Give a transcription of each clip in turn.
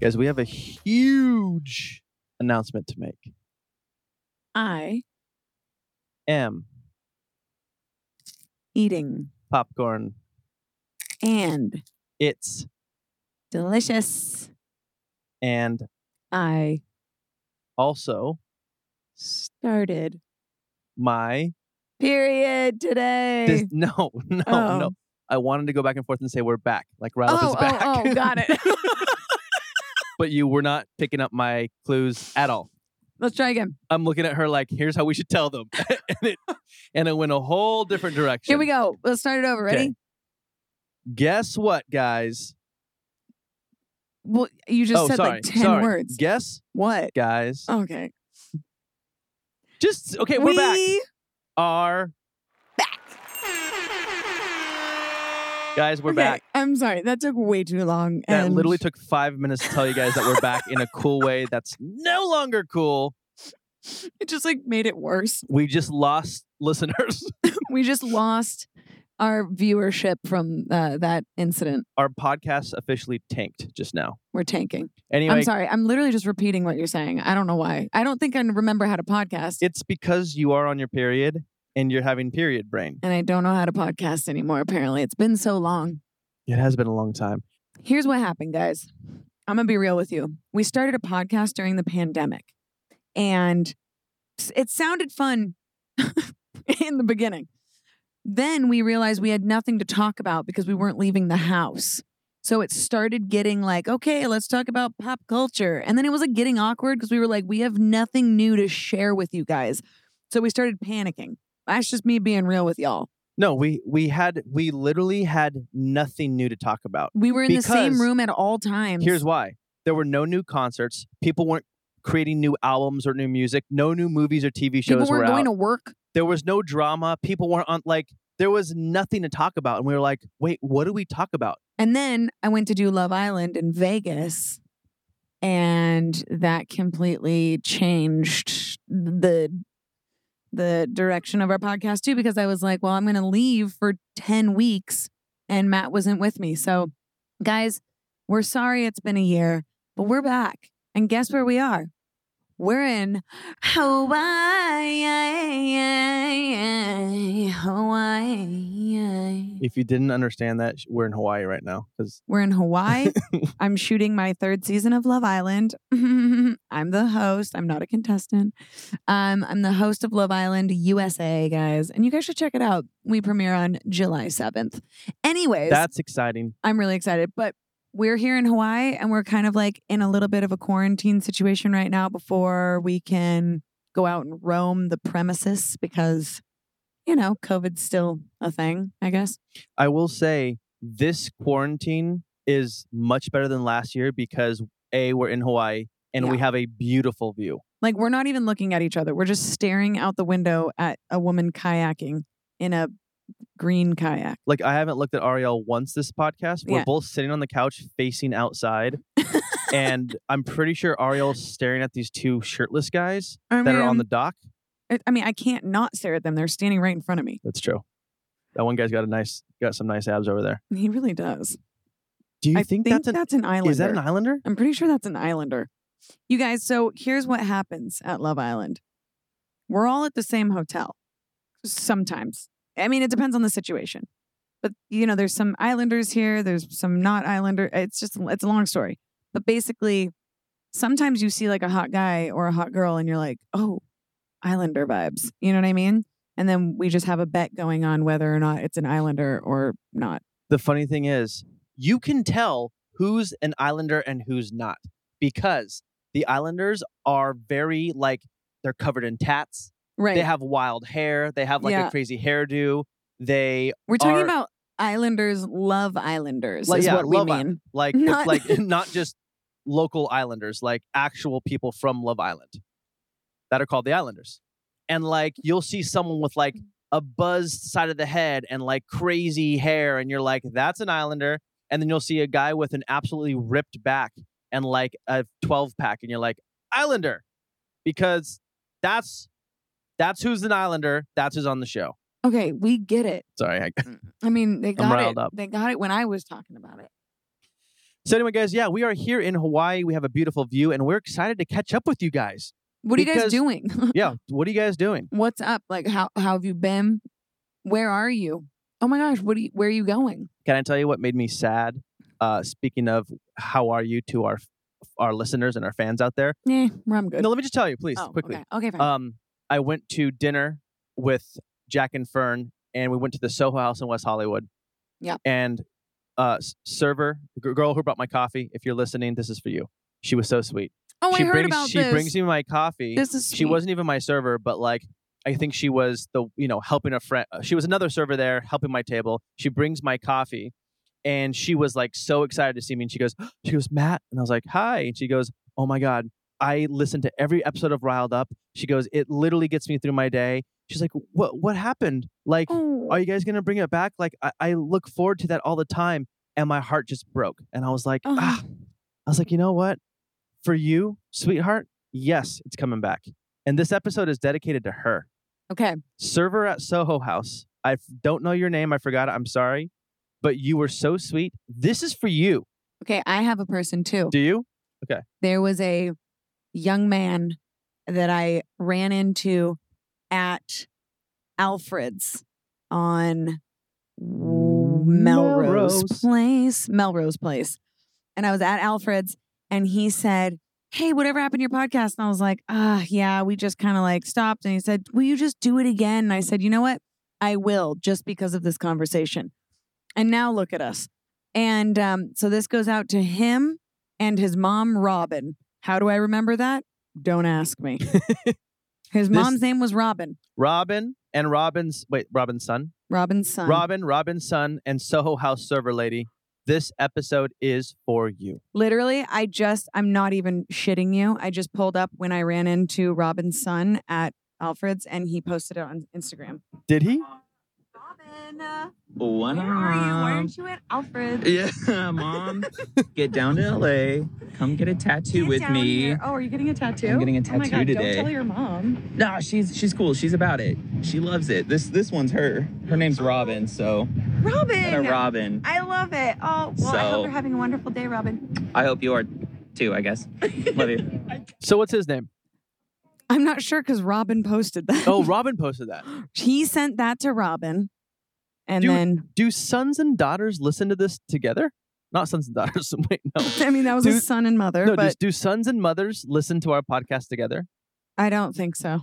Guys, we have a huge announcement to make. I M eating popcorn. and It's delicious. and I also started my period today. dis- no, no, Oh. no. I wanted to go back and forth and say we're back. Like Ralph oh, is back. oh, oh, got it. but you were not picking up my clues at all. Let's try again. I'm looking at her like, here's how we should tell them. and, it, and it went a whole different direction. Here we go. Let's start it over. Ready? Okay. Guess what, guys? Well, you just oh, said sorry. like 10 sorry. words. Oh. Guess, what? guys. Okay. Just, okay, we're back. We- Are, guys, we're okay, back. I'm sorry. That took way too long. That and literally took five minutes to tell you guys that we're back in a cool way that's no longer cool. it just like made it worse. We just lost listeners. we just lost our viewership from uh, that incident. Our podcast officially tanked just now. We're tanking. Anyway, I'm sorry. I'm literally just repeating what you're saying. I don't know why. I don't think I remember how to podcast, it's because you are on your period and you're having period brain. and I don't know how to podcast anymore. Apparently, it's been so long. It has been a long time. Here's what happened, guys. I'm gonna be real with you. We started a podcast during the pandemic, and s- it sounded fun in the beginning. Then we realized we had nothing to talk about because we weren't leaving the house. So it started getting like, okay, let's talk about pop culture. And then it was like getting awkward because we were like, we have nothing new to share with you guys. So we started panicking. That's just me being real with y'all. No, we we had we literally had nothing new to talk about. We were in the same Because- room at all times. Here's why. There were no new concerts. People weren't creating new albums or new music. No new movies or TV shows People were weren't out. going to work. there was no drama. People weren't on like there was nothing to talk about. And we were like, wait, what do we talk about? And then I went to do Love Island in Vegas, and that completely changed the the direction of our podcast too because I was like, well, I'm going to leave for 10 weeks and Matt wasn't with me. So, guys, we're sorry it's been a year, but we're back. And guess where we are? We're in Hawaii. Hawaii. If you didn't understand that, sh- we're in Hawaii right now because We're in Hawaii. I'm shooting my third season of Love Island. I'm the host. I'm not a contestant. Um, I'm the host of Love Island USA, guys. And you guys should check it out. We premiere on July 7th. Anyways, that's exciting. I'm really excited. But we're here in Hawaii and we're kind of like in a little bit of a quarantine situation right now before we can go out and roam the premises because, you know, COVID's still a thing, I guess. I will say this quarantine is much better than last year because a we're in Hawaii and we have a beautiful view. Like we're not even looking at each other. We're just staring out the window at a woman kayaking in a green kayak. Like I haven't looked at Ariel once this podcast. We're Yeah. both sitting on the couch facing outside, and I'm pretty sure Ariel's staring at these two shirtless guys I mean, that are on the dock. I- I mean, I can't not stare at them. They're standing right in front of me. That's true. That one guy's got a nice, got some nice abs over there. He really does. Do you I think, that's an? an islander. is that an islander? I'm pretty sure that's an islander. You guys, so here's what happens at Love Island. We're all at the same hotel sometimes. I mean, it depends on the situation. But you know, there's some islanders here, there's some not islander. It's just it's a long story. But basically, sometimes you see like a hot guy or a hot girl and you're like, "Oh, islander vibes." You know what I mean? And then we just have a bet going on whether or not it's an islander or not. The funny thing is, you can tell who's an islander and who's not because the islanders are very like they're covered in tats. Right. They have wild hair. They have like Yeah. a crazy hairdo. They We're talking are- about Islanders love Islanders Like, is yeah, what we love I- mean. like Not- not- like not just local islanders like actual people from love island that are called the islanders and like you'll see someone with like a buzzed side of the head and like crazy hair and you're like that's an islander and then you'll see a guy with an absolutely ripped back and like a 12 pack and you're like islander because that's that's who's an islander that's who's on the show Okay, we get it. sorry I, I mean, they got riled it. up. They got it when I was talking about it. So anyway, guys, yeah, we are here in Hawaii. We have a beautiful view, and we're excited to catch up with you guys. What are you guys Because- doing? Yeah, what are you guys doing? What's up? Like how how have you been? Where are you? Oh my gosh, what are you, where are you going? Can I tell you what made me sad? Uh, speaking of, how are you to our our listeners and our fans out there? Yeah, Eh, I'm good. No, let me just tell you, please, oh, quickly. Okay, okay fine. Um, I went to dinner with Jack and Fern, and we went to the Soho House in West Hollywood. Yep. And uh, s- server, the g- girl who brought my coffee, if you're listening, this is for you. She was so sweet. oh, she I heard brings about she this. brings me my coffee. this is she sweet. wasn't even my server, but like I think she was the you know helping a friend. uh, She was another server there helping my table. She brings my coffee, and she was like so excited to see me. And she goes, she goes Matt, and I was like hi, and she goes, oh my god, I listened to every episode of Riled Up. She goes, it literally gets me through my day. She's like, what what happened? Like, Oh, are you guys gonna bring it back? Like I, I look forward to that all the time, and my heart just broke. And I was like, oh, ah. I was like, you know what? For you, sweetheart, yes, it's coming back. And this episode is dedicated to her. Okay. Server at Soho House. I f- don't know your name. I forgot it. I'm sorry. But you were so sweet. This is for you. Okay, I have a person too. Do you? there was a young man that I ran into at Alfred's on w- Melrose, Melrose. Place, Melrose Place. And I was at Alfred's and he said, Hey, whatever happened to your podcast? And I was like, Ah, yeah, we just kind of like stopped. And he said, Will you just do it again? And I said, You know what? I will just because of this conversation. And now look at us. And um, so this goes out to him and his mom, Robin. How do I remember that? Don't ask me. his mom's name was Robin. Robin and Robin's, wait, Robin's son? Robin's son. Robin, Robin's son, and Soho House server lady. This episode is for you. Literally, I just, I'm not even shitting you. I just pulled up when I ran into Robin's son at Alfred's and he posted it on Instagram. Did he? Robin, uh, One you at Alfred's? Yeah, mom. get down to LA. Come get a tattoo with me. Oh, are you getting a tattoo? Oh I'm getting a tattoo today. your mom. Nah, she's she's cool. She's about it. She loves it. This this one's her. Her name's Robin, so and a Robin! Robin. I love it. Oh, well, I hope So- you're having a wonderful day, Robin. I hope you are too, I guess. Love you. So what's his name? I'm not sure because Robin posted that. Oh, Robin posted that. he sent that to Robin. And Dude. then, Do sons and daughters listen to this together? Not sons and daughters. Wait, no. I mean, that was Dude. his son and mother, No, but do, do sons and mothers listen to our podcast together? I don't think so.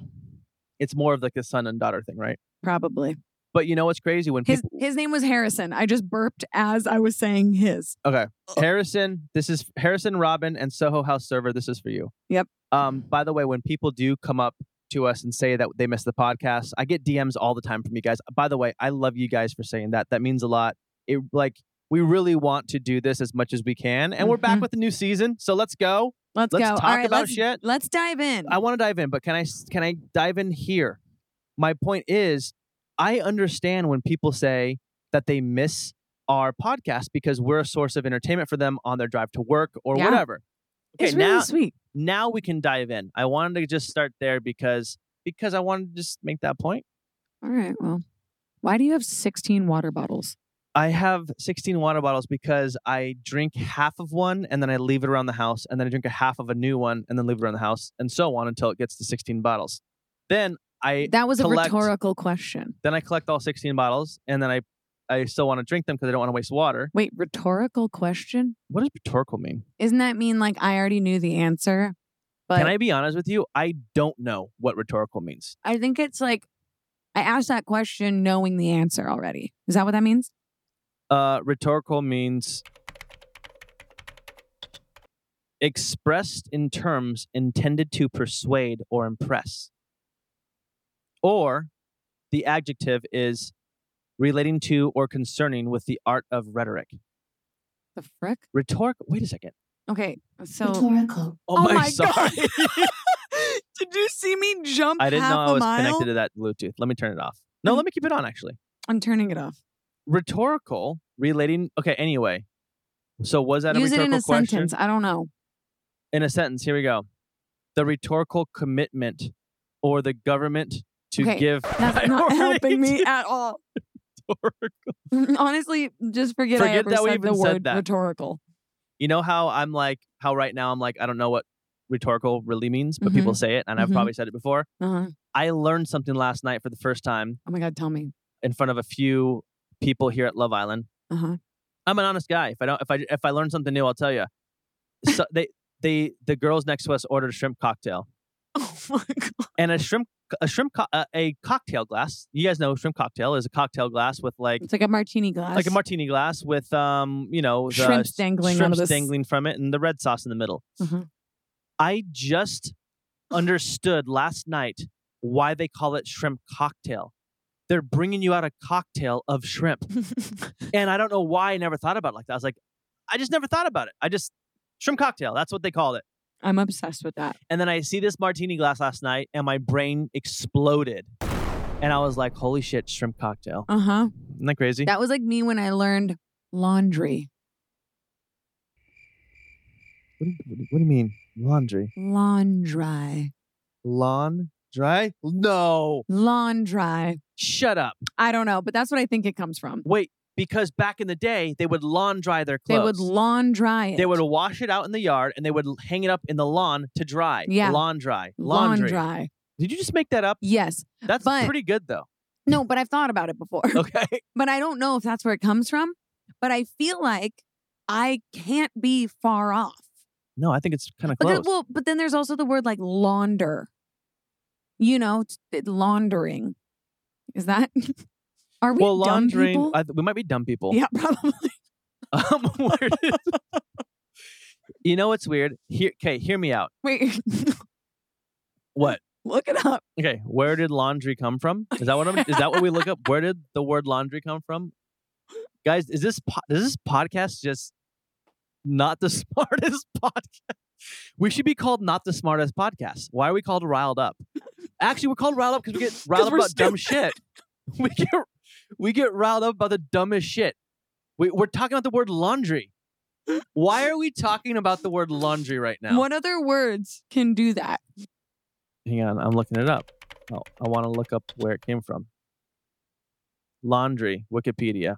It's more of like the son and daughter thing, right? Probably. But you know what's crazy when His people his name was Harrison. I just burped as I was saying his. uh. Harrison, this is Harrison Robin and Soho House server. This is for you. Yep. Um. By the way, when people do come up to us and say that they missed the podcast, I get DMs all the time from you guys. By the way, I love you guys for saying that. That means a lot. It like we really want to do this as much as we can, and we're back Mhm. with a new season. So let's go. Let's, Let's go. talk All right, about let's, shit. Oh, Let's dive in. I want to dive in, but can I s- can I dive in here? My point is, I understand when people say that they miss our podcast because we're a source of entertainment for them on their drive to work or Yeah. whatever. Okay, it's really now sweet. now we can dive in. I wanted to just start there because because I wanted to just make that point. All right. Well, why do you have 16 water bottles? I have 16 water bottles because I drink half of one and then I leave it around the house and then I drink a half of a new one and then leave it around the house and so on until it gets to 16 bottles. Then I That was a collect- rhetorical question. Then I collect all 16 bottles, and then I, I still want to drink them because I don't want to waste water. Wait, rhetorical question? What does rhetorical mean? Isn't that mean like I already knew the answer? But Can I be honest with you? I don't know what rhetorical means. I think it's like I asked that question knowing the answer already. Is that what that means? Uh, rhetorical means expressed in terms intended to persuade or impress. Or the adjective is relating to or concerning with the art of rhetoric. The frick? Rhetoric. Wait a second. Okay. So Rhetorical. Oh, Oh my, my sorry. God. Did you see me jump I didn't half know I a was mile? connected to that Bluetooth. Let me turn it off. No, Mhm. let me keep it on actually. I'm turning it off. Rhetorical relating okay, anyway. So was that Use a it in rhetorical a question? sentence. I don't know. In a sentence, here we go. The rhetorical commitment or the government to Okay, give That's not priority helping me to at all. rhetorical- Honestly, just forget, I Forget ever that we said the even said word that. rhetorical. You know how I'm like, how right now I'm like, I don't know what rhetorical really means, but people say it, and I've Mhm. probably said it before. Uh-huh. I learned something last night for the first time Oh my God, tell me. in front of a few people here at Love Island. Uh huh. I'm an honest guy. If I don't, if I if I learn something new, I'll tell you. So they they the girls next to us ordered a shrimp cocktail Oh my God. and a shrimp a shrimp co- uh, a cocktail glass. You guys know shrimp cocktail is a cocktail glass with like It's like a martini glass. like a martini glass with um you know the Shrimps dangling out shrimps of this- dangling from it and the red sauce in the middle. Mhm. I just understood last night why they call it shrimp cocktail. They're bringing you out a cocktail of shrimp. And I don't know why I never thought about it like that. I was like, I just never thought about it. I just shrimp cocktail. That's what they called it. I'm obsessed with that. And then I see this martini glass last night, and my brain exploded. And I was like, "Holy shit, shrimp cocktail! Uh huh. Isn't that crazy?" That was like me when I learned laundry. What, do you, what do you- what do you mean, laundry? Laundry. Lawn dry? No, Laundry. shut up. I don't know, but that's what I think it comes from. Wait, because back in the day, they would lawn dry their They clothes. would laundry it. They would wash it out in the yard, and they would hang it up in the lawn to dry. Yeah. lawn dry. Laundry. laundry. Did you just make that up? Yes. That's But- pretty good though. No, but I've thought about it before. Okay. but I don't know if that's where it comes from. But I feel like I can't be far off. No, I think it's kind of Because, close. well, but then there's also the word like launder. You know, t- it- laundering. Is that? Are we well, dumb laundering, people? I, th- we might be dumb people. yeah, probably. Um, we're- you know what's weird? Here, okay, hear me out. Wait, What? look it up. Okay, where did laundry come from? Is that what I'm, is that what we look up? Where did the word laundry come from? Guys, is this po- is this podcast just not the smartest podcast? We should be called not the smartest podcast. Why are we called riled up? Actually, we're called riled up because we get riled up we're about dumb shit. We get we get riled up about the dumbest shit. We, we're talking about the word laundry. Why are we talking about the word laundry right now? What other words can do that? Hang on, I'm looking it up. Oh, I want to look up where it came from. Laundry, Wikipedia.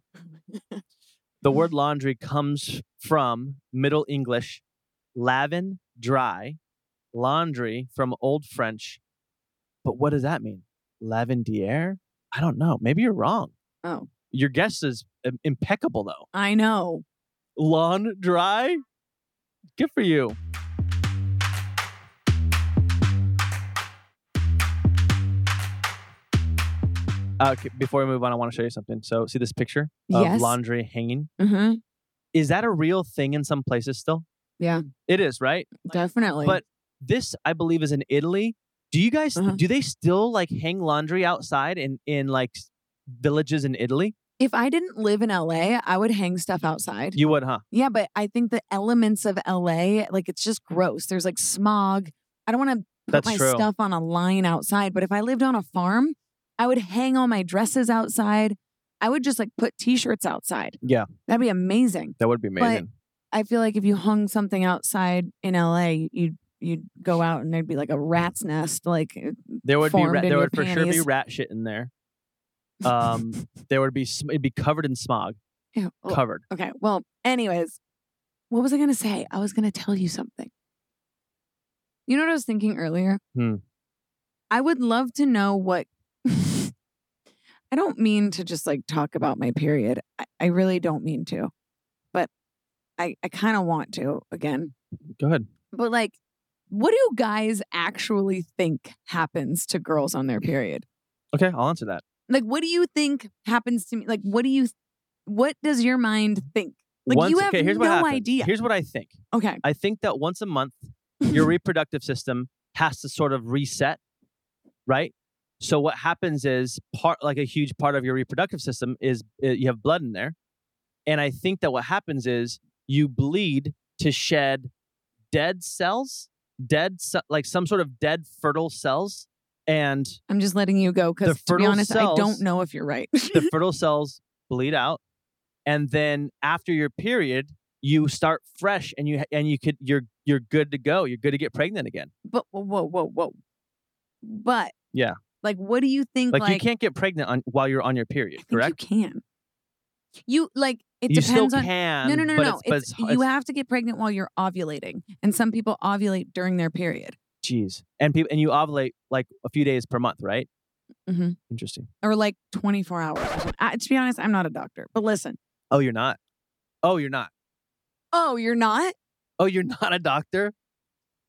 the word laundry comes from Middle English, lavin, dry, laundry from Old French. But what does that mean? Lavandier? I don't know. Maybe you're wrong. Oh. Your guess is im- impeccable, though. I know. Lawn dry? Good for you. Uh, okay, before we move on, I want to show you something. So, see this picture of yes. laundry hanging? Uh-huh. Is that a real thing in some places still? Yeah. It is, right? Definitely. but This, I believe, is in Italy. Do you guys, Uh-huh. do they still like hang laundry outside in, in like s- villages in Italy? if I didn't live in LA, I would hang stuff outside. You would, huh? Yeah, but I think the elements of LA, like it's just gross. There's like smog. I don't want to put That's my true. stuff on a line outside, but if I lived on a farm, I would hang all my dresses outside. I would just like put t-shirts outside. Yeah. That'd be amazing. That would be But- I feel like if you hung something outside in LA, you'd you'd go out and there'd be like a rat's nest like eh, There would be formed ra- in there your would for sure be panties. rat shit in there. Um, there would be sm- it'd be covered in smog, Ew. Oh, covered. Okay. Well, anyways, what was I going to say? I was going to tell you something. You know what I was thinking earlier? Hmm. I would love to know what. I don't mean to just like talk about my period. I, I really don't mean to, but I, I kind of want to again. Go ahead. But like, what do you guys actually think happens to girls on their period? Okay, I'll answer that. Like, what do you think happens to me? Like, what do you, what does your mind think? Like, Once- you have okay, here's no what happens. idea. Here's what I think. okay. I think that once a month, your reproductive system has to sort of reset, right? So what happens is part like a huge part of your reproductive system is uh, you have blood in there, and I think that what happens is you bleed to shed dead cells, dead ce- like some sort of dead fertile cells, and I'm just letting you go because, to be fertile honest, I don't cells- know if you're right. the fertile cells bleed out and then after your period you start fresh and you ha- and you could you're you're good to go you're good to get pregnant again but whoa, whoa, whoa, whoa. But Yeah. like, what do you think? like, Like, you can't get pregnant on while you're on your period I think correct You can. You like it you still depends on can. No, no, no, but no. It's, but It's, it's, you have to get pregnant while you're ovulating, and some people ovulate during their period, Jeez. And people and you ovulate like a few days per month, right? Mhm. Interesting. or like 24 hours. Or something. I, to be honest, I'm not a doctor, but listen. Oh, you're not. Oh, you're not. Oh, you're not? Oh, you're not a doctor.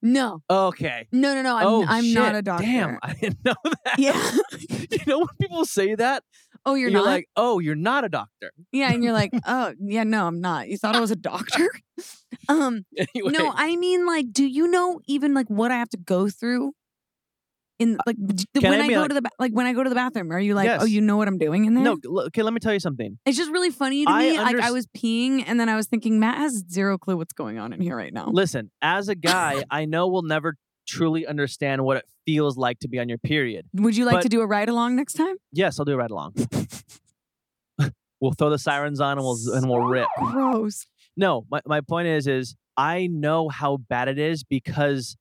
No, Okay. no, no, no. I'm, oh, I'm shit. not a doctor. Damn, I didn't know that. Yeah. you know when people say that, Oh, you're, you're not. like, oh, you're not a doctor. yeah, and you're like, oh, yeah, no, I'm not. You thought I was a doctor? um, Anyway, No, I mean, like, do you know even like what I have to go through? In like d- Uh, can when I I, be go like- to the ba- like when I go to the bathroom, are you like, oh, Yes. you know what I'm doing in there? no. l- Okay, let me tell you something. it's just really funny to I me. like I underst- was peeing and then I was thinking, Matt has zero clue what's going on in here right now. Listen, as a guy, I know we'll never truly understand what it feels like to be on your period. Would you like but- to do a ride along next time? Yes, I'll do it right along. we'll throw the sirens on and we'll z- and we'll rip. Gross. No, my, my point is is I know how bad it is because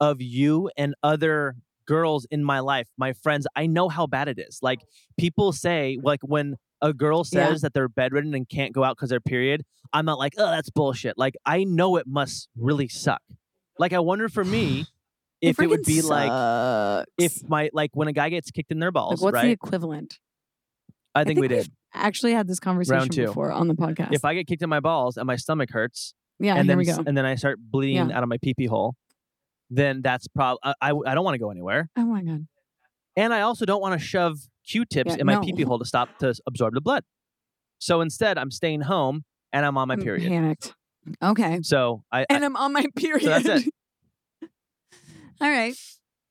of you and other girls in my life, my friends. I know how bad it is. Like people say, like when a girl Yeah. says that they're bedridden and can't go out because their period, I'm not like, oh, that's bullshit. Like I know it must really suck. Like I wonder for me if it would freaking be like if sucks. my like when a guy gets kicked in their like, balls, what's the right? equivalent? I think we we've did. Actually, had this conversation two. before on the podcast. If I get kicked in my balls and my stomach hurts, yeah, and here then we s- go. and then I start bleeding out of my pee pee hole, then that's prob I I, I don't want to go anywhere, Oh my god. and I also don't want to shove Q tips Yeah, in my no. pee pee hole to stop to s- absorb the blood. So instead, I'm staying home and I'm on my I'm period. panicked. Okay. So I, I and I'm on my period. that's it. All right.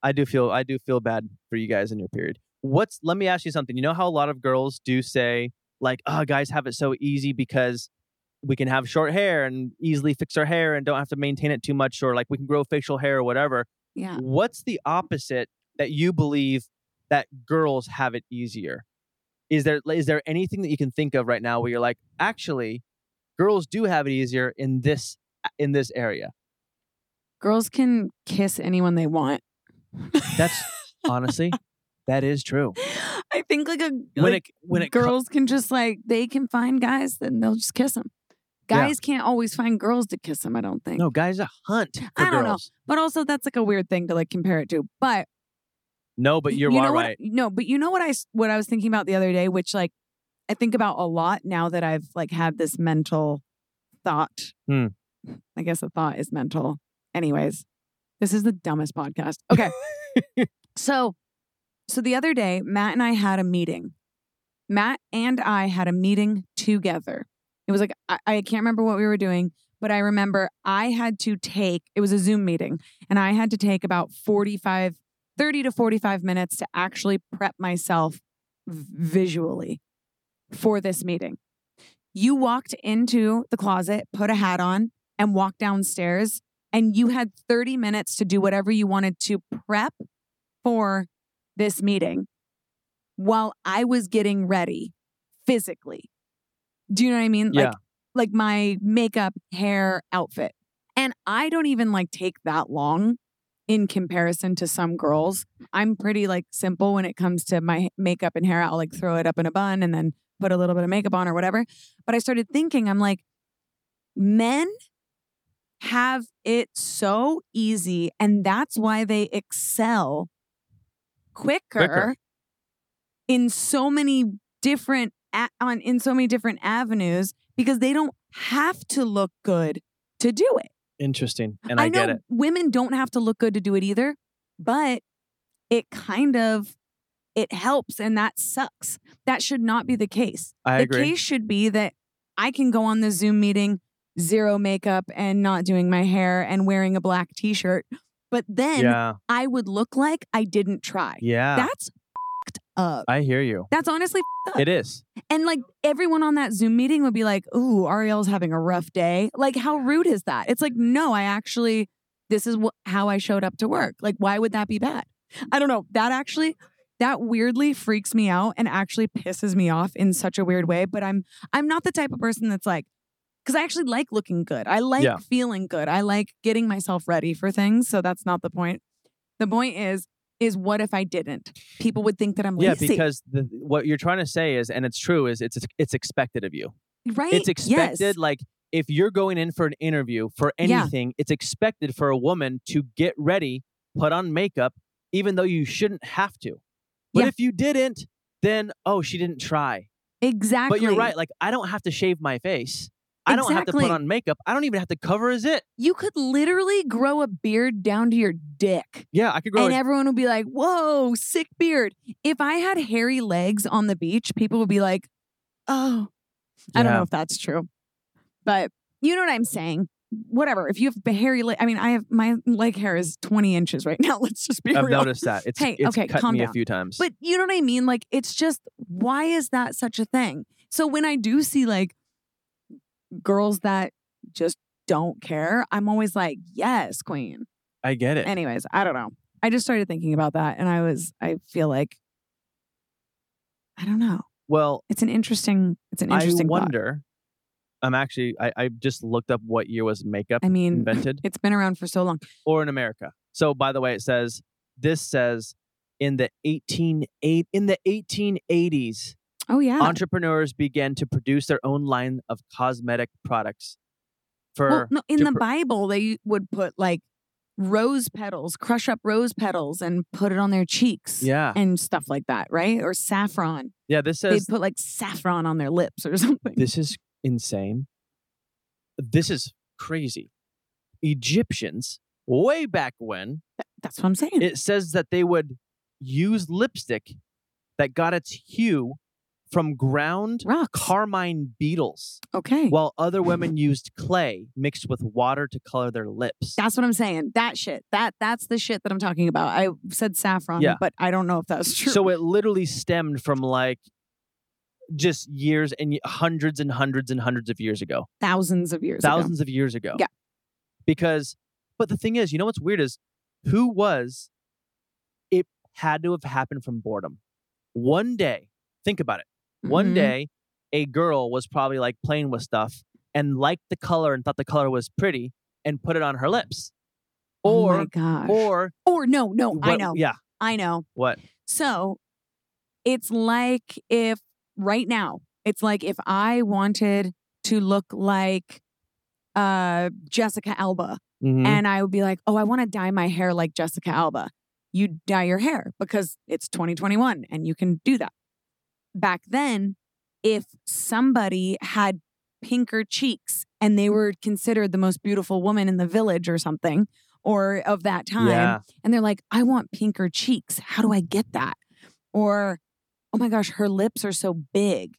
I do feel I do feel bad for you guys in your period. What's let me ask you something. You know how a lot of girls do say like, "Oh, guys have it so easy because we can have short hair and easily fix our hair and don't have to maintain it too much or like we can grow facial hair or whatever." Yeah. What's the opposite that you believe that girls have it easier? Is there is there anything that you can think of right now where you're like, actually, girls do have it easier in this in this area? Girls can kiss anyone they want. That's honestly, that is true. I think like a When like, it when it co- girls can just like they can find guys, then they'll just kiss them. Yeah. Guys can't always find girls to kiss them, I don't think. no guys a hunt for I don't know. girls. But also that's like a weird thing to like compare it to. But No, but you're you all know what- right. no, but you know what I s- what I was thinking about the other day, which like I think about a lot now that I've like had this mental thought. Hmm. I guess a thought is mental. Anyways, this is the dumbest podcast. Okay, so so the other day, Matt and I had a meeting. Matt and I had a meeting together. It was like I, I can't remember what we were doing, but I remember I had to take. It was a Zoom meeting, and I had to take about forty five 30 to 45 minutes to actually prep myself v- visually for this meeting. You walked into the closet, put a hat on, and walked downstairs, and you had 30 minutes to do whatever you wanted to prep for this meeting while I was getting ready physically. Do you know what I mean? Yeah. Like like my makeup, hair, outfit. And I don't even like take that long in comparison to some girls. I'm pretty like simple when it comes to my h- makeup and hair. I'll like throw it up in a bun and then put a little bit of makeup on or whatever. But I started thinking, I'm like, men have it so easy and that's why they excel quicker, Quicker. in so many different a- on in so many different avenues because they don't have to look good to do it. Interesting. And I, know get it. women don't have to look good to do it either, but it kind of it helps and that sucks. That should not be the case. I the agree. case should be that I can go on the Zoom meeting zero makeup and not doing my hair and wearing a black t-shirt, but then yeah. I would look like I didn't try. Yeah. That's fed up. I hear you. That's honestly fed up. It is. And like everyone on that Zoom meeting would be like, "Ooh, Ariel's having a rough day." Like, how rude is that? It's like, no, I actually, this is wh- how I showed up to work. Like, why would that be bad? I don't know. That actually, that weirdly freaks me out and actually pisses me off in such a weird way. But I'm, I'm not the type of person that's like, because I actually like looking good. I like Yeah. feeling good. I like getting myself ready for things. So that's not the point. The point is, is what if I didn't? People would think that I'm Yeah, lazy. because the, what you're trying to say is, and it's true, is it's it's expected of you. right? It's expected. Yes. Like if you're going in for an interview for Yeah. anything, it's expected for a woman to get ready, put on makeup, even though you shouldn't have to. But Yeah. if you didn't, then oh, she didn't try. Exactly. But you're right. Like I don't have to shave my face. I don't have to put Exactly. on makeup. I don't even have to cover a zit. You could literally grow a beard down to your dick. Yeah, I could grow. and a- everyone would be like, whoa, sick beard. If I had hairy legs on the beach, people would be like, oh, I don't Yeah. know if that's true. But you know what I'm saying? Whatever. If you have b- hairy leg, I mean, I have my leg hair is 20 inches right now. Let's just be I've real. noticed that. It's, Hey, it's okay, cut calm me a down. few times. But you know what I mean? Like, it's just, why is that such a thing? So when I do see like girls that just don't care, I'm always like, yes, queen. I get it. Anyways, I don't know. I just started thinking about that and I was I feel like I don't know. well, It's an interesting it's an I interesting thought. wonder. I'm actually. I, I just looked up what year was makeup I mean invented, it's been around for so long. or in America. So, by the way, it says this says in the 18 eight, in the 1880s, Oh yeah. entrepreneurs began to produce their own line of cosmetic products. For well, no, in to the pr- Bible they would put like rose petals, crush up rose petals and put it on their cheeks yeah, and stuff like that, right? Or saffron. yeah. This They'd says put like saffron on their lips or something. This is insane. This is crazy. Egyptians, way back when, That's what I'm saying. it says that they would use lipstick that got its hue from ground Rocks. carmine beetles, okay. while other women used clay mixed with water to color their lips. That's what I'm saying. That shit. That that's the shit that I'm talking about. I said saffron, Yeah. but I don't know if that's true. So it literally stemmed from like just years and y- hundreds and hundreds and hundreds of years ago. thousands of years. ago. thousands of years ago. Yeah. Because, but the thing is, you know what's weird is who was, it had to have happened from boredom. One day, think about it. One Mhm. day, a girl was probably like playing with stuff and liked the color and thought the color was pretty and put it on her lips. oh my Or, gosh. or, Or no, no, I what- know. Yeah. I know. What? So it's like if right now, it's like if I wanted to look like uh Jessica Alba Mm-hmm. and I would be like, "Oh, I want to dye my hair like Jessica Alba." You dye your hair because it's 2021 and you can do that. Back then, if somebody had pinker cheeks and they were considered the most beautiful woman in the village or something or of that time, Yeah. and they're like, "I want pinker cheeks. How do I get that?" Or, "Oh my gosh, her lips are so big."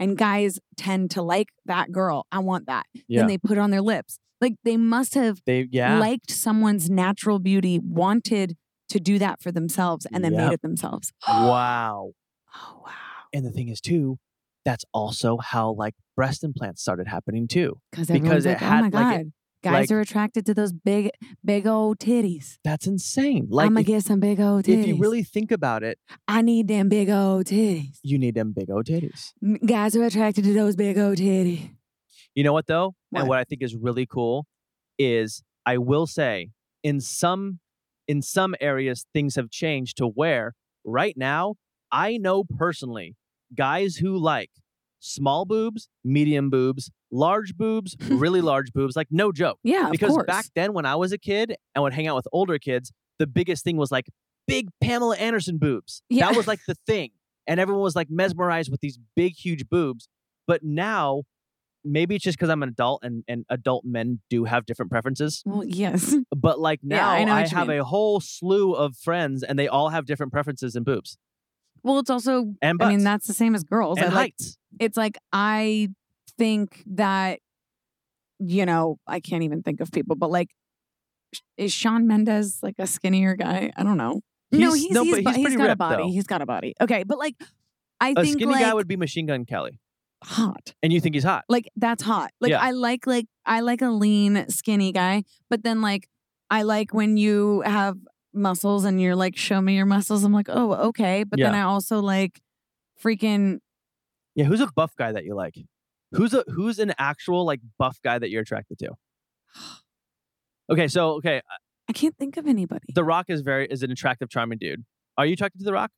And guys tend to like that girl. I want that. Yeah. Then they put it on their lips. Like they must have They, yeah. liked someone's natural beauty, wanted to do that for themselves, and then Yep. made it themselves. wow. Oh wow! And the thing is, too, that's also how like breast implants started happening, too. Because Because everyone's it like, had, oh my like, god, it- guys like- are attracted to those big, big old titties. That's insane. Like, I'm gonna if- get some big old titties. if you really think about it, I need them big old titties. you need them big old titties. M- Guys are attracted to those big old titties. You know what though? And What? what I think is really cool is I will say in some in some areas things have changed to where right now I know personally guys who like small boobs, medium boobs, large boobs, really large boobs, like no joke. Yeah, because of course. back then when I was a kid and would hang out with older kids, the biggest thing was like big Pamela Anderson boobs. Yeah. That was like the thing. And everyone was like mesmerized with these big, huge boobs. But now, maybe it's just because I'm an adult and, and adult men do have different preferences. well, yes, But like Yeah, now, I know I, what you have mean. a whole slew of friends and they all have different preferences in boobs well, it's also. and I butts mean, that's the same as girls. and I like heights. it's like I think that you know I can't even think of people, but like sh- is Sean Mendez like a skinnier guy? I don't know. no, He's- he's no, he's, but bu- he's he's pretty got a ripped, body. though. He's got a body. Okay, but like I A think skinny like guy would be Machine Gun Kelly. hot. And you think he's hot. Like that's hot. Like Yeah. I like like I like a lean skinny guy, but then like I like when you have muscles and you're like show me your muscles. I'm like, "Oh, okay." But then I also like freaking Yeah, who's a buff guy that you like? Who's a who's an actual like buff guy that you're attracted to? Okay, so okay, I can't think of anybody. The Rock is very is an attractive, charming dude. Are you attracted to The Rock,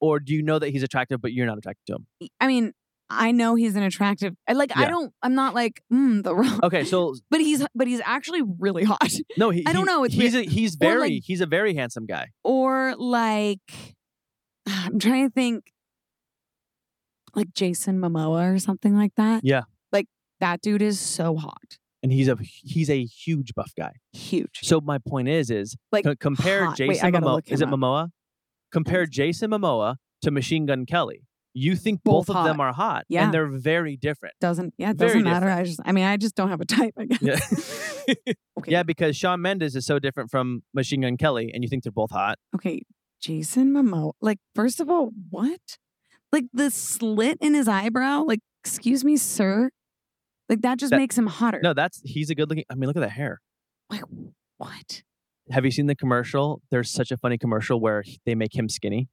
or do you know that he's attractive but you're not attracted to him? I mean, I know he's an attractive. I- Like I Yeah. don't. I'm not like mm, the rock. Okay, so But he's but he's actually really hot. no, he, I don't he- know, it's He's a, he's or, very like- he's a very handsome guy. or like I'm trying to think like Jason Momoa or something like that. Yeah. Like that dude is so hot. and he's a he's a huge buff guy. Huge. So my point is is Like co- compare hot. Wait, I Jason gotta Momoa. look Is it him up. Momoa? Compare Jason Momoa to Machine Gun Kelly. You think both, Both of them are hot, Yeah. and they're very different. Doesn't yeah, it Very doesn't matter. I just I mean I just don't have a type, I guess. Yeah. Okay. yeah, because Shawn Mendes is so different from Machine Gun Kelly, and you think they're both hot. Okay. Jason Momoa. Like, first of all, what? Like the slit in his eyebrow? Like, excuse me, sir? Like that just That- makes him hotter. No, that's he's a good looking. I mean, look at that hair. Like what? Have you seen the commercial? There's such a funny commercial where he- they make him skinny.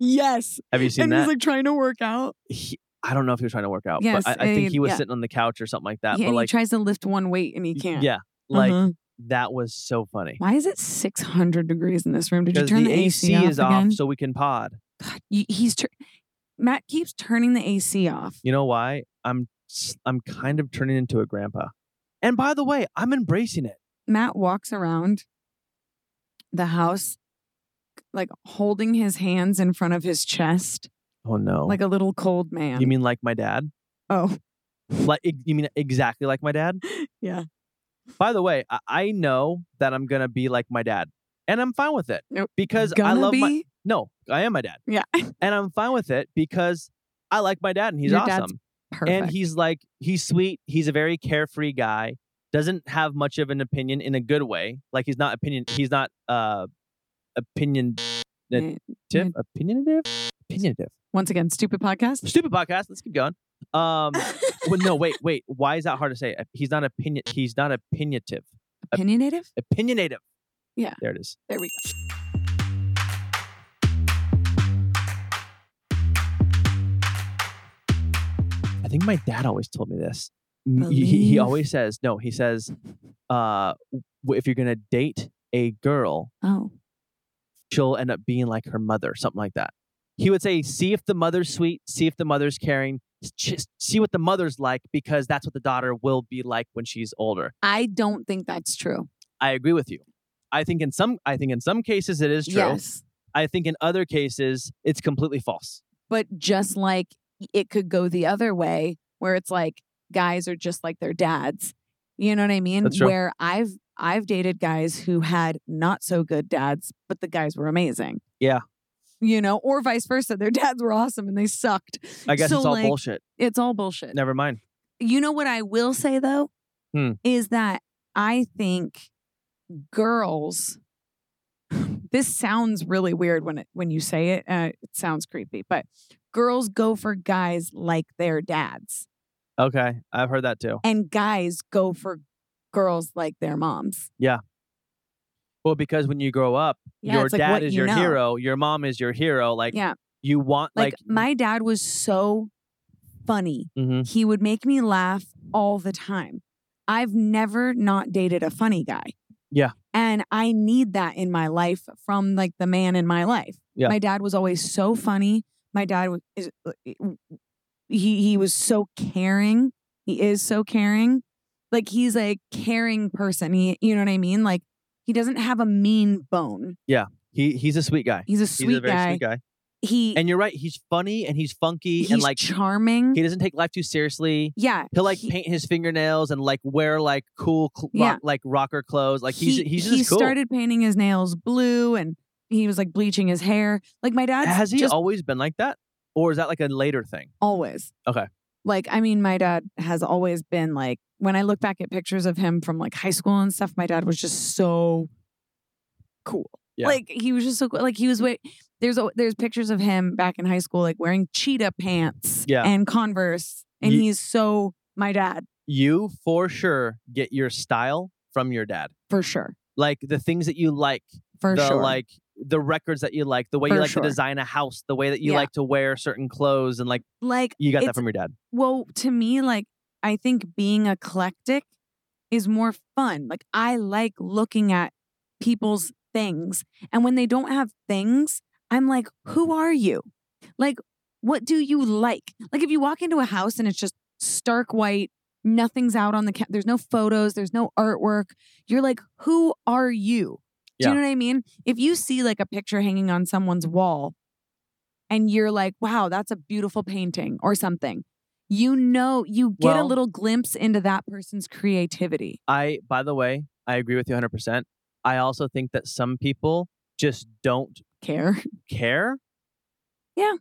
Yes. Have you seen and that? he's like trying to work out. He- I don't know if he was trying to work out, Yes, but I, I think uh, he was yeah. sitting on the couch or something like that. yeah, but and like, he tries to lift one weight and he y- can't. yeah, like Uh-huh. that was so funny. why is it 600 degrees in this room? Did you because turn the, the, AC, off is again? off, so we can pod. God, y- he's tur- Matt keeps turning the AC off. You know why? I'm s- I'm kind of turning into a grandpa. And by the way, I'm embracing it. Matt walks around the house like holding his hands in front of his chest Oh no! like a little cold man. you mean like my dad? oh, Like ex- you mean exactly like my dad? Yeah. By the way, I, I know that I'm gonna be like my dad, and I'm fine with it Nope. because I gonna love be? my no. I am my dad, Yeah. and I'm fine with it because I like my dad, and he's Your dad's awesome. Perfect. And he's like, he's sweet. He's a very carefree guy. Doesn't have much of an opinion in a good way. Like he's not opinion. He's not uh, opinion Eh, opinionative. Opinionative. Opinionative. Once again, stupid podcast. Stupid podcast. Let's keep going. Um. well, no, wait, wait. Why is that hard to say? Uh, He's not opinion. He's not opinionative. Opinionative? Opinionative. Yeah. There it is. There we go. I think my dad always told me this. M- He, he- he Believe. always says no. He says, uh, w- if you're gonna date a girl, Oh. she'll end up being like her mother, something like that. He would say, see if the mother's sweet, see if the mother's caring, s- ch- see what the mother's like, because that's what the daughter will be like when she's older. I don't think that's true. I agree with you. I think in some, I think in some cases it is true. Yes. I think in other cases it's completely false. but just like it could go the other way where it's like guys are just like their dads you know what i mean That's true. where i've i've dated guys who had not so good dads but the guys were amazing Yeah. you know or vice versa their dads were awesome and they sucked I guess So, it's all like, bullshit. it's all bullshit Never mind. you know what i will say though Hmm. is that i think girls this sounds really weird when it when you say it. Uh, it sounds creepy, but girls go for guys like their dads, Okay, I've heard that too. and guys go for girls like their moms. Well, because when you grow up, Yeah, your it's like dad what is you your know. hero, your mom is your hero. Like, Yeah. you want Like, like, my dad was so funny. Mhm. He would make me laugh all the time. I've never not dated a funny guy. Yeah. And I need that in my life from like the man in my life. Yeah. My dad was always so funny. My dad was is, uh, he he was so caring. He is so caring. Like he's a caring person. He you know what I mean? Like he doesn't have a mean bone. he he's a sweet guy. He's a He's sweet, a very guy. sweet guy. He And you're right. He's funny and he's funky he's and like charming. he doesn't take life too seriously. yeah. He'll like he- paint his fingernails and like wear like cool cl- rock- Yeah. like rocker clothes. Like he's he, he's he just cool. started painting his nails blue and he was like bleaching his hair. Like my dad's Has he just always been like that, or is that like a later thing? always. Okay. Like I mean, my dad has always been like when I look back at pictures of him from like high school and stuff, my dad was just so cool. Yeah. Like he was just so cool. Like he was wait there's al- there's pictures of him back in high school like wearing cheetah pants Yeah. and Converse and Ye- he's so my dad You for sure get your style from your dad. for sure. Like the things that you like For the sure. like the records that you like, the way For you like sure. to design a house, the way that you Yeah. like to wear certain clothes, and like like you got It's- that from your dad. well to me like i think being eclectic is more fun like i like looking at people's things. And when they don't have things, I'm like, who are you? Like, what do you like? Like, if you walk into a house and it's just stark white, nothing's out on the ca- there's no photos, there's no artwork, you're like, who are you? Do Yeah. you know what I mean? If you see like a picture hanging on someone's wall and you're like, wow, that's a beautiful painting or something, you know, you get a Well- little glimpse into that person's creativity. I, by the way, I agree with you 100%. I also think that some people just don't Care. care. Yeah.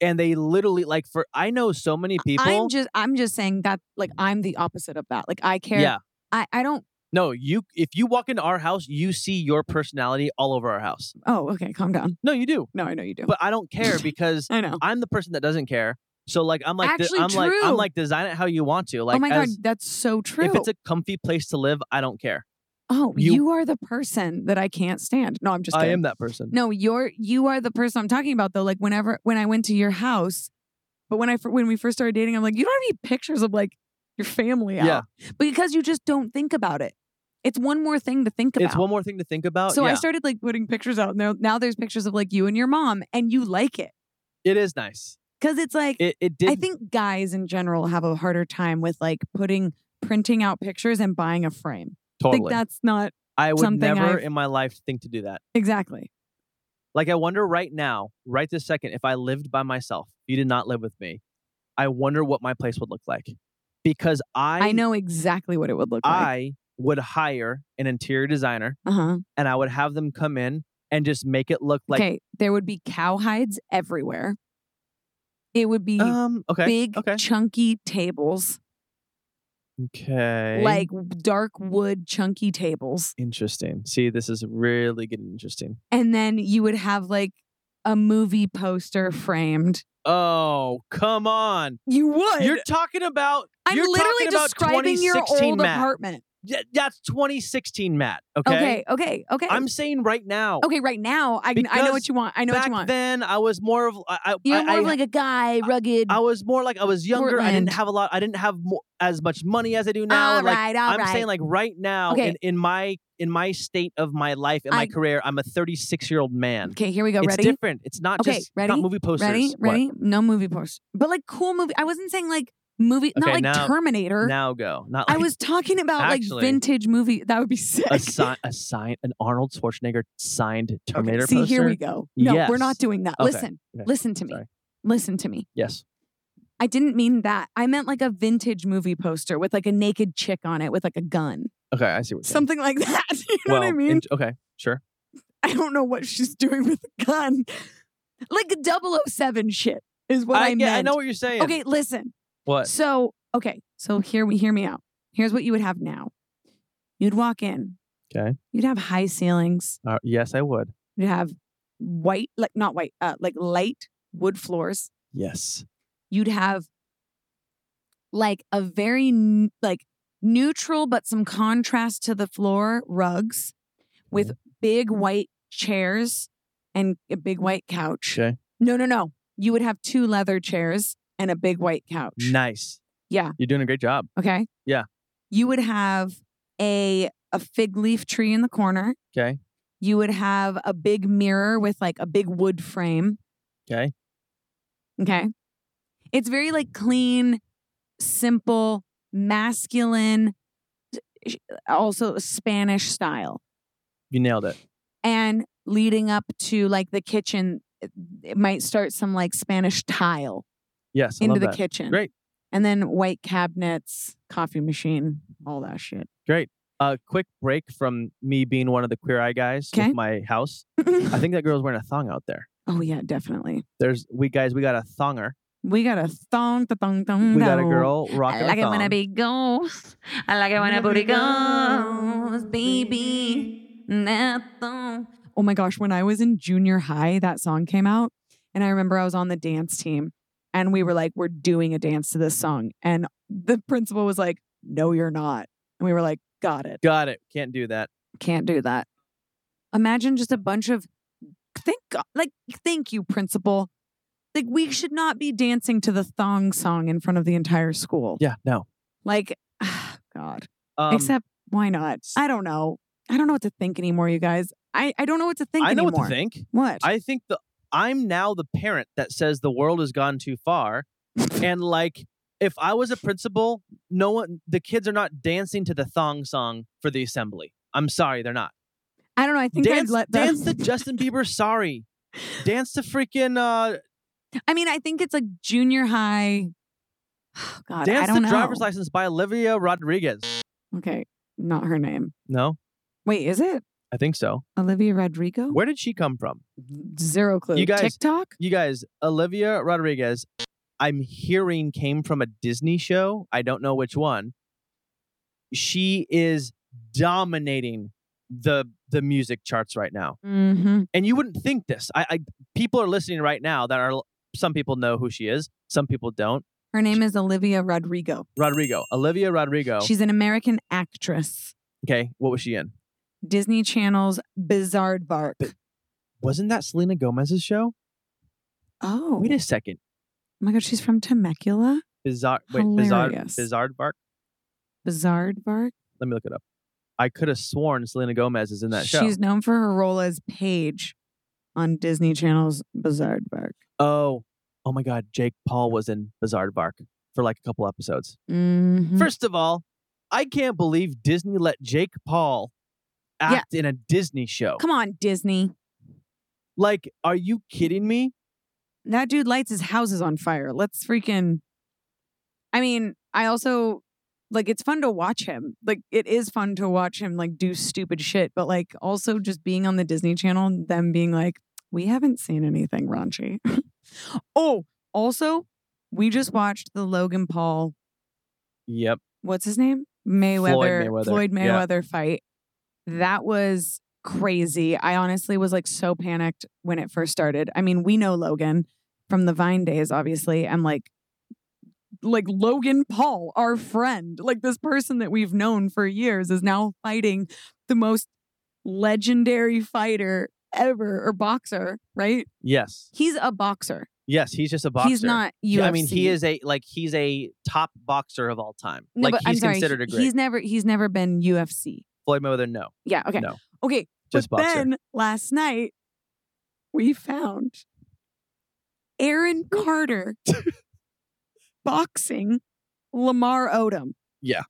And they literally, like, for, I know so many people. I'm just I'm just saying that like I'm the opposite of that. Like I care. Yeah. I, I don't No, you, if you walk into our house, you see your personality all over our house. oh, okay, calm down. No, you do. No, I know you do. But I don't care because I know. oh I'm the person that doesn't care. So, like, I'm like, de- Actually I'm like, I'm true. like, design it how you want to. Like, oh my god, as- that's so true. if it's a comfy place to live, I don't care. oh, you- you, are the person that I can't stand. No, I'm just I kidding. am that person. No, you're you are the person I'm talking about though. Like whenever when I went to your house, but when I fir- when we first started dating, I'm like, you don't have any pictures of like your family out Yeah. because you just don't think about it. It's one more thing to think about. It's one more thing to think about. so yeah, I started like putting pictures out. and Now, now there's pictures of like you and your mom, and you like it it is nice. because it's like It, it did. I think guys in general have a harder time with like putting printing out pictures and buying a frame. I think totally. that's not I would something never I've- in my life think to do that. exactly. Like, I wonder right now, right this second, if I lived by myself, you did not live with me, I wonder what my place would look like. Because I, I, know exactly what it would look like. I would hire an interior designer Uh huh. and I would have them come in and just make it look like, okay, there would be cow hides everywhere. It would be um, okay, big, okay. chunky tables, okay, like dark wood, chunky tables. interesting. See, this is really getting interesting. And then you would have like a movie poster framed. Oh, come on! You would. You're talking about. I'm you're literally talking about describing your 2016 old Matt. apartment. Yeah, that's 2016, Matt. Okay. Okay, okay, okay. I'm saying right now. okay, right now, I, I know Because what you want. I know what back you want. then, I was more of I, I, You're I, more I, of like a guy, rugged. I was more like I was younger. I didn't Portland. have a lot. I didn't have mo- as much money as I do now. all like right, all I'm right. saying, like right now, Okay. in, in my in my state of my life and my I- career, I'm a 36 year old man. okay, here we go. It's Ready? different. It's not Okay, just not ready? movie posters. Ready? What? Ready? No movie post. But like cool movie. I wasn't saying like movie, not Okay, like now- Terminator. Now go. Not like I was talking about Actually- like vintage movie. That would be sick. a sign, a sign, an Arnold Schwarzenegger signed Okay, Terminator See, poster. here we go. No, we're Yes. not doing that. Okay, Listen, okay, listen to me. sorry. Listen to me. Yes. I didn't mean that. I meant like a vintage movie poster with like a naked chick on it with like a gun, Okay, I see what you're saying. something like that. you know well, what I in- mean? okay, sure. I don't know what she's doing with a gun, like a 007 shit is what I, meant. yeah, I know what you're saying. okay, listen. What? So okay, so here we hear me out. Here's what you would have now. You'd walk in. Okay. You'd have high ceilings. Uh, yes, I would. You'd have white, like not white, uh, like light wood floors. Yes. You'd have like a very n- like neutral but some contrast to the floor rugs with big white chairs and a big white couch. Okay. No, no, no. You would have two leather chairs and a big white couch. Nice. Yeah. You're doing a great job. Okay. Yeah. You would have a a fig leaf tree in the corner. Okay. You would have a big mirror with like a big wood frame. Okay. Okay. It's very like clean, simple, masculine, sh- also Spanish style. You nailed it. And leading up to like the kitchen, it- it might start some like Spanish tile Yes. I into love the that. kitchen. Great. And then white cabinets, coffee machine, all that shit. A quick break from me being one of the queer eye guys Okay. with my house. I think that girl's wearing a thong out there. Oh yeah, definitely. There's we guys. We got a thonger. We got a thong, ta thong, thong. We got a dong. girl rocking I like a it thong. when a big goes. I like it when a booty goes, baby. Mm, That thong. Oh my gosh, when I was in junior high, that song came out, and I remember I was on the dance team, and we were like, "We're doing a dance to this song," and the principal was like, "No, you're not," and we were like, "Got it." Got it. Can't do that. can't do that. Imagine just a bunch of thank God, like thank you, principal. Like we should not be dancing to the thong song in front of the entire school. Yeah. No. Like, ah, God. Um, Except why not? I don't know. I don't know what to think anymore, you guys. I, I don't know what to think I know anymore. what to think. What? I think the I'm now the parent that says the world has gone too far, and like if I was a principal, no one the kids are not dancing to the thong song for the assembly. I'm sorry, they're not. I don't know. I think Dance, I'd let them. dance to Justin Bieber. Sorry, dance to freaking uh, I mean, I think it's like junior high. Oh, God, I dance to don't know. Driver's License by Olivia Rodriguez. Okay, not her name. No, Wait, is it I think so. Olivia Rodrigo? Where did she come from? Zero clue. You guys- TikTok? You guys, Olivia Rodriguez, I'm hearing came from a Disney show. I don't know which one. She is dominating the the music charts right now. Mm-hmm. And you wouldn't think this. I, I people are listening right now that are some people know who she is, some people don't. Her name is Olivia Rodrigo. Rodrigo, Olivia Rodrigo. She's an American actress. okay, what was she in? Disney Channel's Bizarre Bark. But- Wasn't that Selena Gomez's show? oh, Wait a second. oh my God, she's from Temecula. Bizarre wait, bizarre Hilarious. bizarre bark. Bizarre Bark. Let me look it up. I could have sworn Selena Gomez is in that show. She's known for her role as Paige on Disney Channel's Bizarre Bark. Oh, oh my God. Jake Paul was in Bizarre Bark for like a couple episodes. Mhm. First of all, I can't believe Disney let Jake Paul Yeah. act in a Disney show. Come on, Disney. Like, are you kidding me? That dude lights his houses on fire. Let's freaking. I mean, I also like it's fun to watch him. Like it is fun to watch him like do stupid shit, but like also just being on the Disney Channel, and them being like, we haven't seen anything raunchy. oh, also, we just watched the Logan Paul Yep. what's his name? Mayweather. Mayweather, Floyd yeah. Mayweather fight. That was crazy. I honestly was like so panicked when it first started. I mean, we know Logan from the Vine days, obviously. I'm like, like Logan Paul, our friend, like this person that we've known for years is now fighting the most legendary fighter ever or boxer, right? Yes. He's a boxer. Yes. He's just a boxer. He's not UFC. He- I mean, he is a like he's a top boxer of all time. No, like but he's I'm sorry, considered a he- great He's never he's never been UFC. Floyd Mayweather. No, Yeah, okay. No. Okay, just but boxer. then last night, we found Aaron Carter boxing Lamar Odom. Yeah.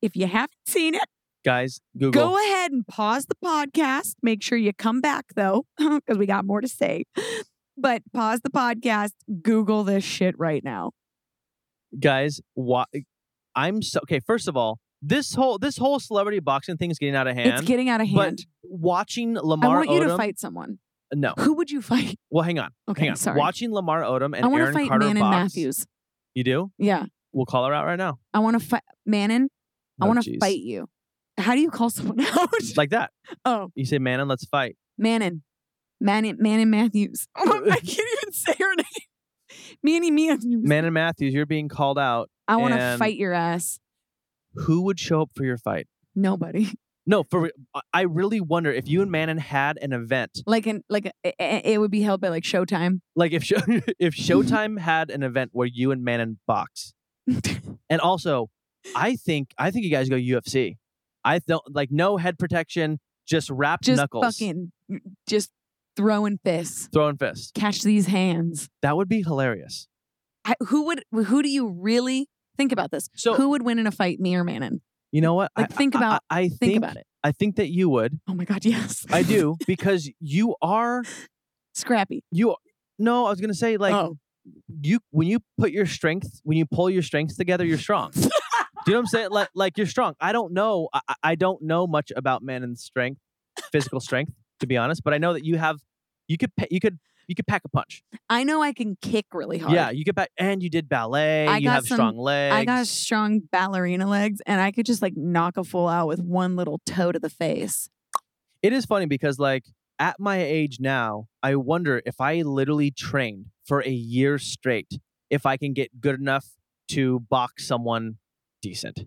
If you haven't seen it, Guys, Google. go ahead and pause the podcast. Make sure you come back though, because we got more to say. But pause the podcast, Google this shit right now. guys why i'm so okay first of all this whole this whole celebrity boxing thing is getting out of hand it's getting out of but hand. watching I lamar want you odom to fight someone. no Who would you fight? well hang on Okay, hang on sorry. watching lamar odom and I want to aaron fight carter Manon box Matthews. you do Yeah. we'll call her out right now I want to fight Manon. I Oh, want to jeez. Mm. fight you. How do you call someone out? like that oh, you say man and let's fight Manon. Manon, Manon Matthews. Oh, eh. I can't even say her name. Manny Matthews. man and matthews you're being called out I want to and- fight your ass. who would show up for your fight Nobody. no for re- I- i really wonder if you and manon had an event Like an like a, a- a- it would be held by like Showtime. like if show, if showtime had an event where you and manon box And also, I think I think you guys go UFC. I don't like no head protection, just wrapped just knuckles, fucking just throwing fists. throwing fists. Catch these hands. That would be hilarious. I, who would who do you really think about this? So who would win in a fight, me or Manon? you know what? Like, think I, about- I, I think, Think, about it. I think that you would. Oh my god, yes. I do because you are Scrappy. you. No, I was gonna say like oh. you when you put your strength when you pull your strengths together, you're strong. do you know what I'm saying? Like like you're strong. I don't know. I, I- I don't know much about men and strength, physical strength, to be honest. But I know that you have. You could pa- you could you could pack a punch. I know I can kick really hard. Yeah, you get back, and you did ballet. I you got have some- strong legs. I got strong ballerina legs and I could just like knock a fool out with one little toe to the face. it is funny because, like, at my age now, I wonder if I literally trained for a year straight, if I can get good enough to box someone decent.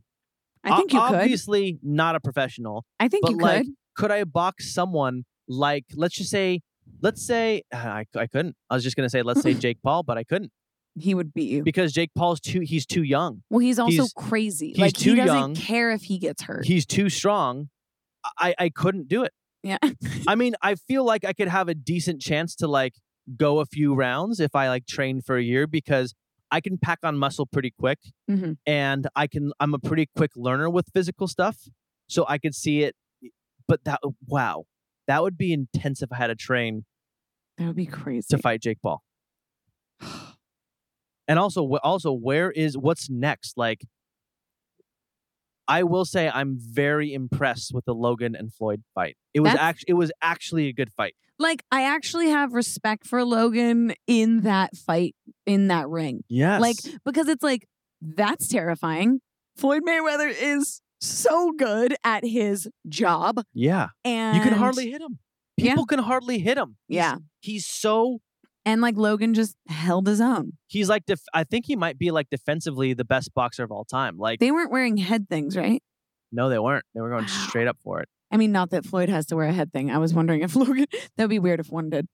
I think you could. obviously not a professional. I think but you like, could. could I box someone like, let's just say, let's say uh, I, I couldn't. I was just gonna say, let's say Jake Paul, but I couldn't He would beat you. because Jake Paul's too. He's too young. Well, he's also he's- crazy. he's like he too doesn't young. care if he gets hurt. He's too strong. I I couldn't do it. Yeah. I mean, I feel like I could have a decent chance to like go a few rounds if I like train for a year because I can pack on muscle pretty quick Mhm. and I can I'm a pretty quick learner with physical stuff. So I could see it but that oh, wow. That would be intense if I had to train That would be crazy. to fight Jake Paul. And also wh- also where is what's next? Like I will say I'm very impressed with the Logan and Floyd fight. It was That's- actually it was actually a good fight. Like, I actually have respect for Logan in that fight, in that ring. Yes. Like, because it's like, that's terrifying. Floyd Mayweather is so good at his job. yeah. And You can hardly hit him. Yeah. People can hardly hit him. He's- Yeah. He's so And like, Logan just held his own. he's like def- I think he might be like defensively the best boxer of all time. Like They weren't wearing head things, right? no, they weren't. They were going Wow. straight up for it. I mean, not that Floyd has to wear a head thing. I was wondering if Logan, that would be weird if one did.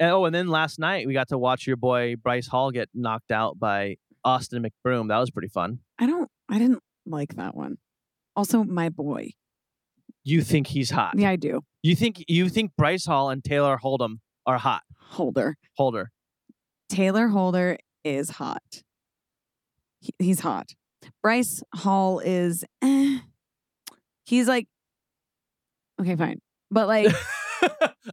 And- oh, and then last night we got to watch your boy Bryce Hall get knocked out by Austin McBroom. That was pretty fun. I don't, I didn't like that one. Also, my boy. You think he's hot? Yeah, I do. You think you think Bryce Hall and Taylor Hold'em are hot? Holder. Holder. Taylor Holder is hot. He- he's hot. Bryce Hall is. eh. He's like, okay, fine, but like,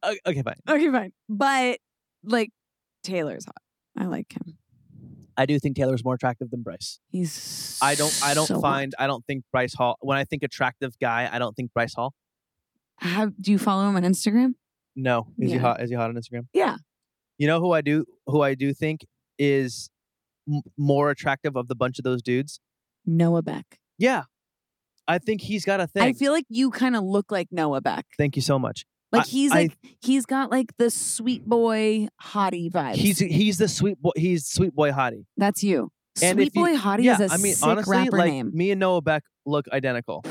O- okay, fine. okay, fine, but like, Taylor's hot. I like him. I do think Taylor's more attractive than Bryce. He's. I don't. I don't so hot. find. I don't think Bryce Hall. When I think attractive guy, I don't think Bryce Hall. Have, do you follow him on Instagram? No. Is he Yeah. hot? Is he hot on Instagram? Yeah. You know who I do who I do think is m- more attractive of the bunch of those dudes? Noah Beck. Yeah. I think he's got a thing. I feel like you kind of look like Noah Beck. Thank you so much. Like I- he's I- like he's got like the sweet boy hottie vibes. He's he's the sweet boy he's sweet boy hottie. that's you. And if sweet you- boy hottie yeah, is a I mean sick honestly rapper like name. me and Noah Beck look identical.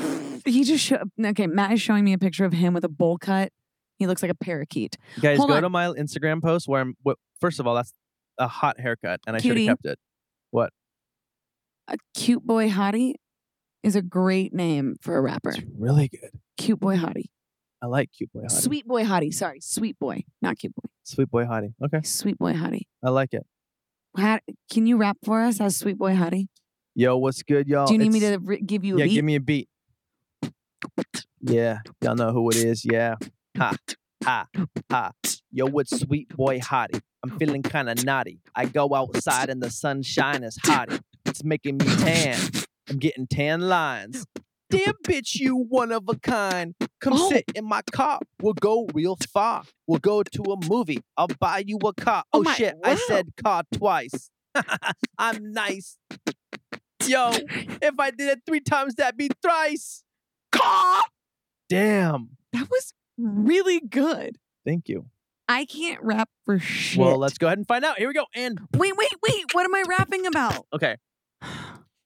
He just showed. Okay, Matt is showing me a picture of him with a bowl cut. He looks like a parakeet. Guys, Hold go on. to my Instagram post where I'm wh- first of all that's a hot haircut and I should Cutie. have kept it. A cute boy hottie is a great name for a rapper. It's really good. Cute boy hottie. I like cute boy hottie. Sweet boy hottie. Sorry, sweet boy, not cute boy. Sweet boy hottie. Okay. Sweet boy hottie. I like it. How, can you rap for us as sweet boy hottie? Yo, what's good, y'all? Do you need me Oh, It's- to re- give you a Yeah, beat? give me a beat. Yeah, y'all know who it is. Yeah. Ha, ha, ha. Yo, what's sweet boy hottie? I'm feeling kind of naughty. I go outside and the sunshine is hottie. It's making me tan. I'm getting tan lines. Damn, bitch, you one of a kind. Come Oh. sit in my car. We'll go real far. We'll go to a movie. I'll buy you a car. Oh Oh, my- shit, wow. I said car twice. I'm nice. Yo, if I did it three times, that'd be thrice. Damn. That was really good. Thank you. I can't rap for shit. Well, let's go ahead and find out. Here we go. And wait, wait, wait. What am I rapping about? okay,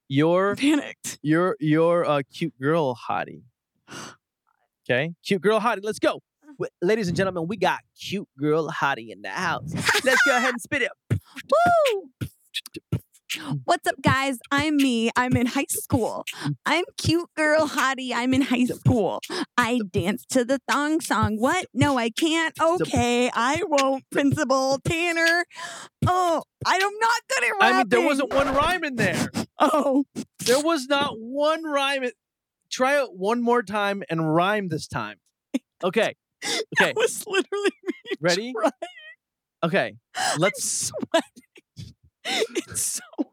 your Panicked. your your uh, cute girl hottie. Okay, cute girl hottie. Let's go, W- ladies and gentlemen. We got cute girl hottie in the house. Let's go ahead and spit it. Woo! What's up, guys? I'm me. I'm in high school. I'm cute girl hottie. I'm in high school. I dance to the thong song. What? No, I can't. Okay, I won't, Principal Tanner. Oh, I'm not good at rapping. I mean, there wasn't one rhyme in there. Oh, There was not one rhyme. in- Try it one more time and rhyme this time. Okay, okay, that was literally me ready? trying. Okay, I'm let's sweating. It's so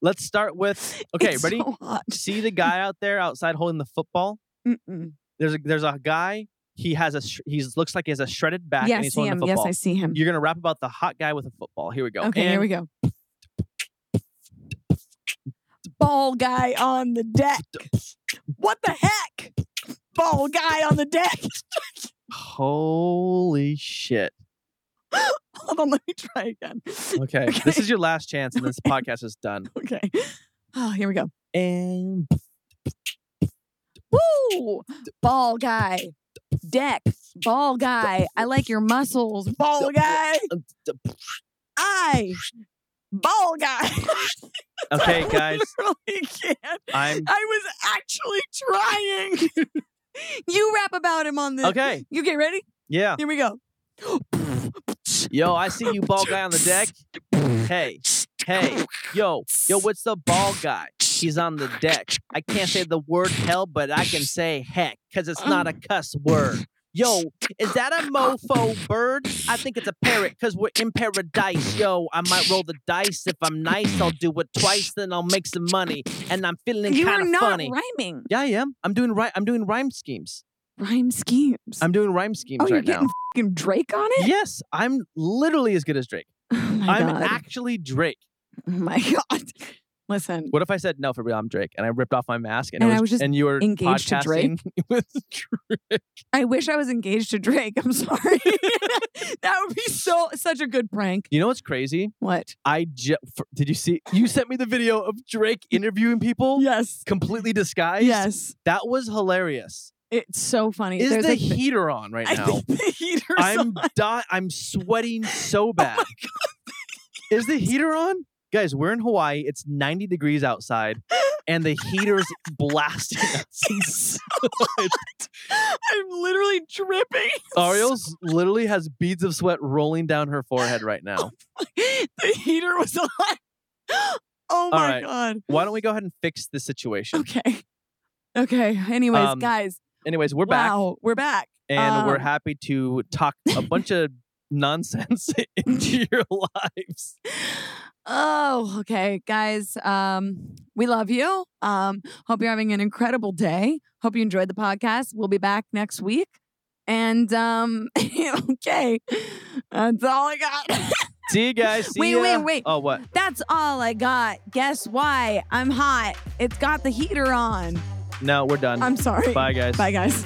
let's start with. Okay, it's ready? So hot. See the guy out there outside holding the football. Mm-mm. There's a there's a guy. He has a sh- he looks like he has a shredded back. Yeah, I and he's see holding him. the Yes, football. I see him. You're gonna rap about the hot guy with a football. Here we go. Okay, and here we go. Ball guy on the deck. What the heck? Ball guy on the deck. Holy shit. Hold on, let me try again. Okay. This is your last chance, and this podcast is done. Okay. Oh, here we go. And Woo! Ball guy. Deck. Ball guy. I like your muscles. Ball guy. I. Ball guy. okay, guys, I literally can't. I'm I was actually trying. You rap about him on this. Okay. Uh, You get ready? Yeah. Here we go. Yo, I see you ball guy on the deck. Hey. Hey. Yo. Yo, what's the ball guy? He's on the deck. I can't say the word hell, but I can say heck cuz it's not a cuss word. Yo, is that a mofo bird? I think it's a parrot cuz we're in paradise. Yo, I might roll the dice if I'm nice, I'll do it twice then I'll make some money and I'm feeling You are kind of not funny. rhyming. Yeah, I am. I'm doing right I'm doing rhyme schemes. Rhyme schemes. I'm doing rhyme schemes oh, you're right getting now. fing Drake on it? Yes, I'm literally as good as Drake. Oh my I'm god. actually Drake. oh my god. Listen. What if I said no for real? I'm Drake, and I ripped off my mask, and, And it I was, was just and you were engaged to Drake? podcasting with Drake. I wish I was engaged to Drake. I'm sorry. that would be so such a good prank. You know what's crazy? What? I ju- f- did you see? You sent me the video of Drake interviewing people, Yes. completely disguised. Yes. that was hilarious. It's so funny. Is There's the like heater on right I now? think the heater's I'm on. di- I'm sweating Oh so bad. Is the heater on? Guys, we're in Hawaii. It's 90 degrees outside, and the heater's blasting us. It's so hot. I'm literally dripping. Ariel's literally has beads of sweat rolling down her forehead right now. the heater was on. Oh my right. god. Why don't we go ahead and fix the situation? Okay. Okay. Anyways, Um, guys. Anyways, we're back wow, we're back. and we're um, happy to talk a bunch of nonsense into your lives. Oh, okay, guys. Um, we love you. Um, hope you're having an incredible day. Hope you enjoyed the podcast. We'll be back next week. And um, okay, that's all I got. See you guys. See Wait, ya. wait, wait. Oh, what? that's all I got. Guess why? I'm hot. It's got the heater on. No, we're done. I'm sorry. Bye, guys. Bye, guys.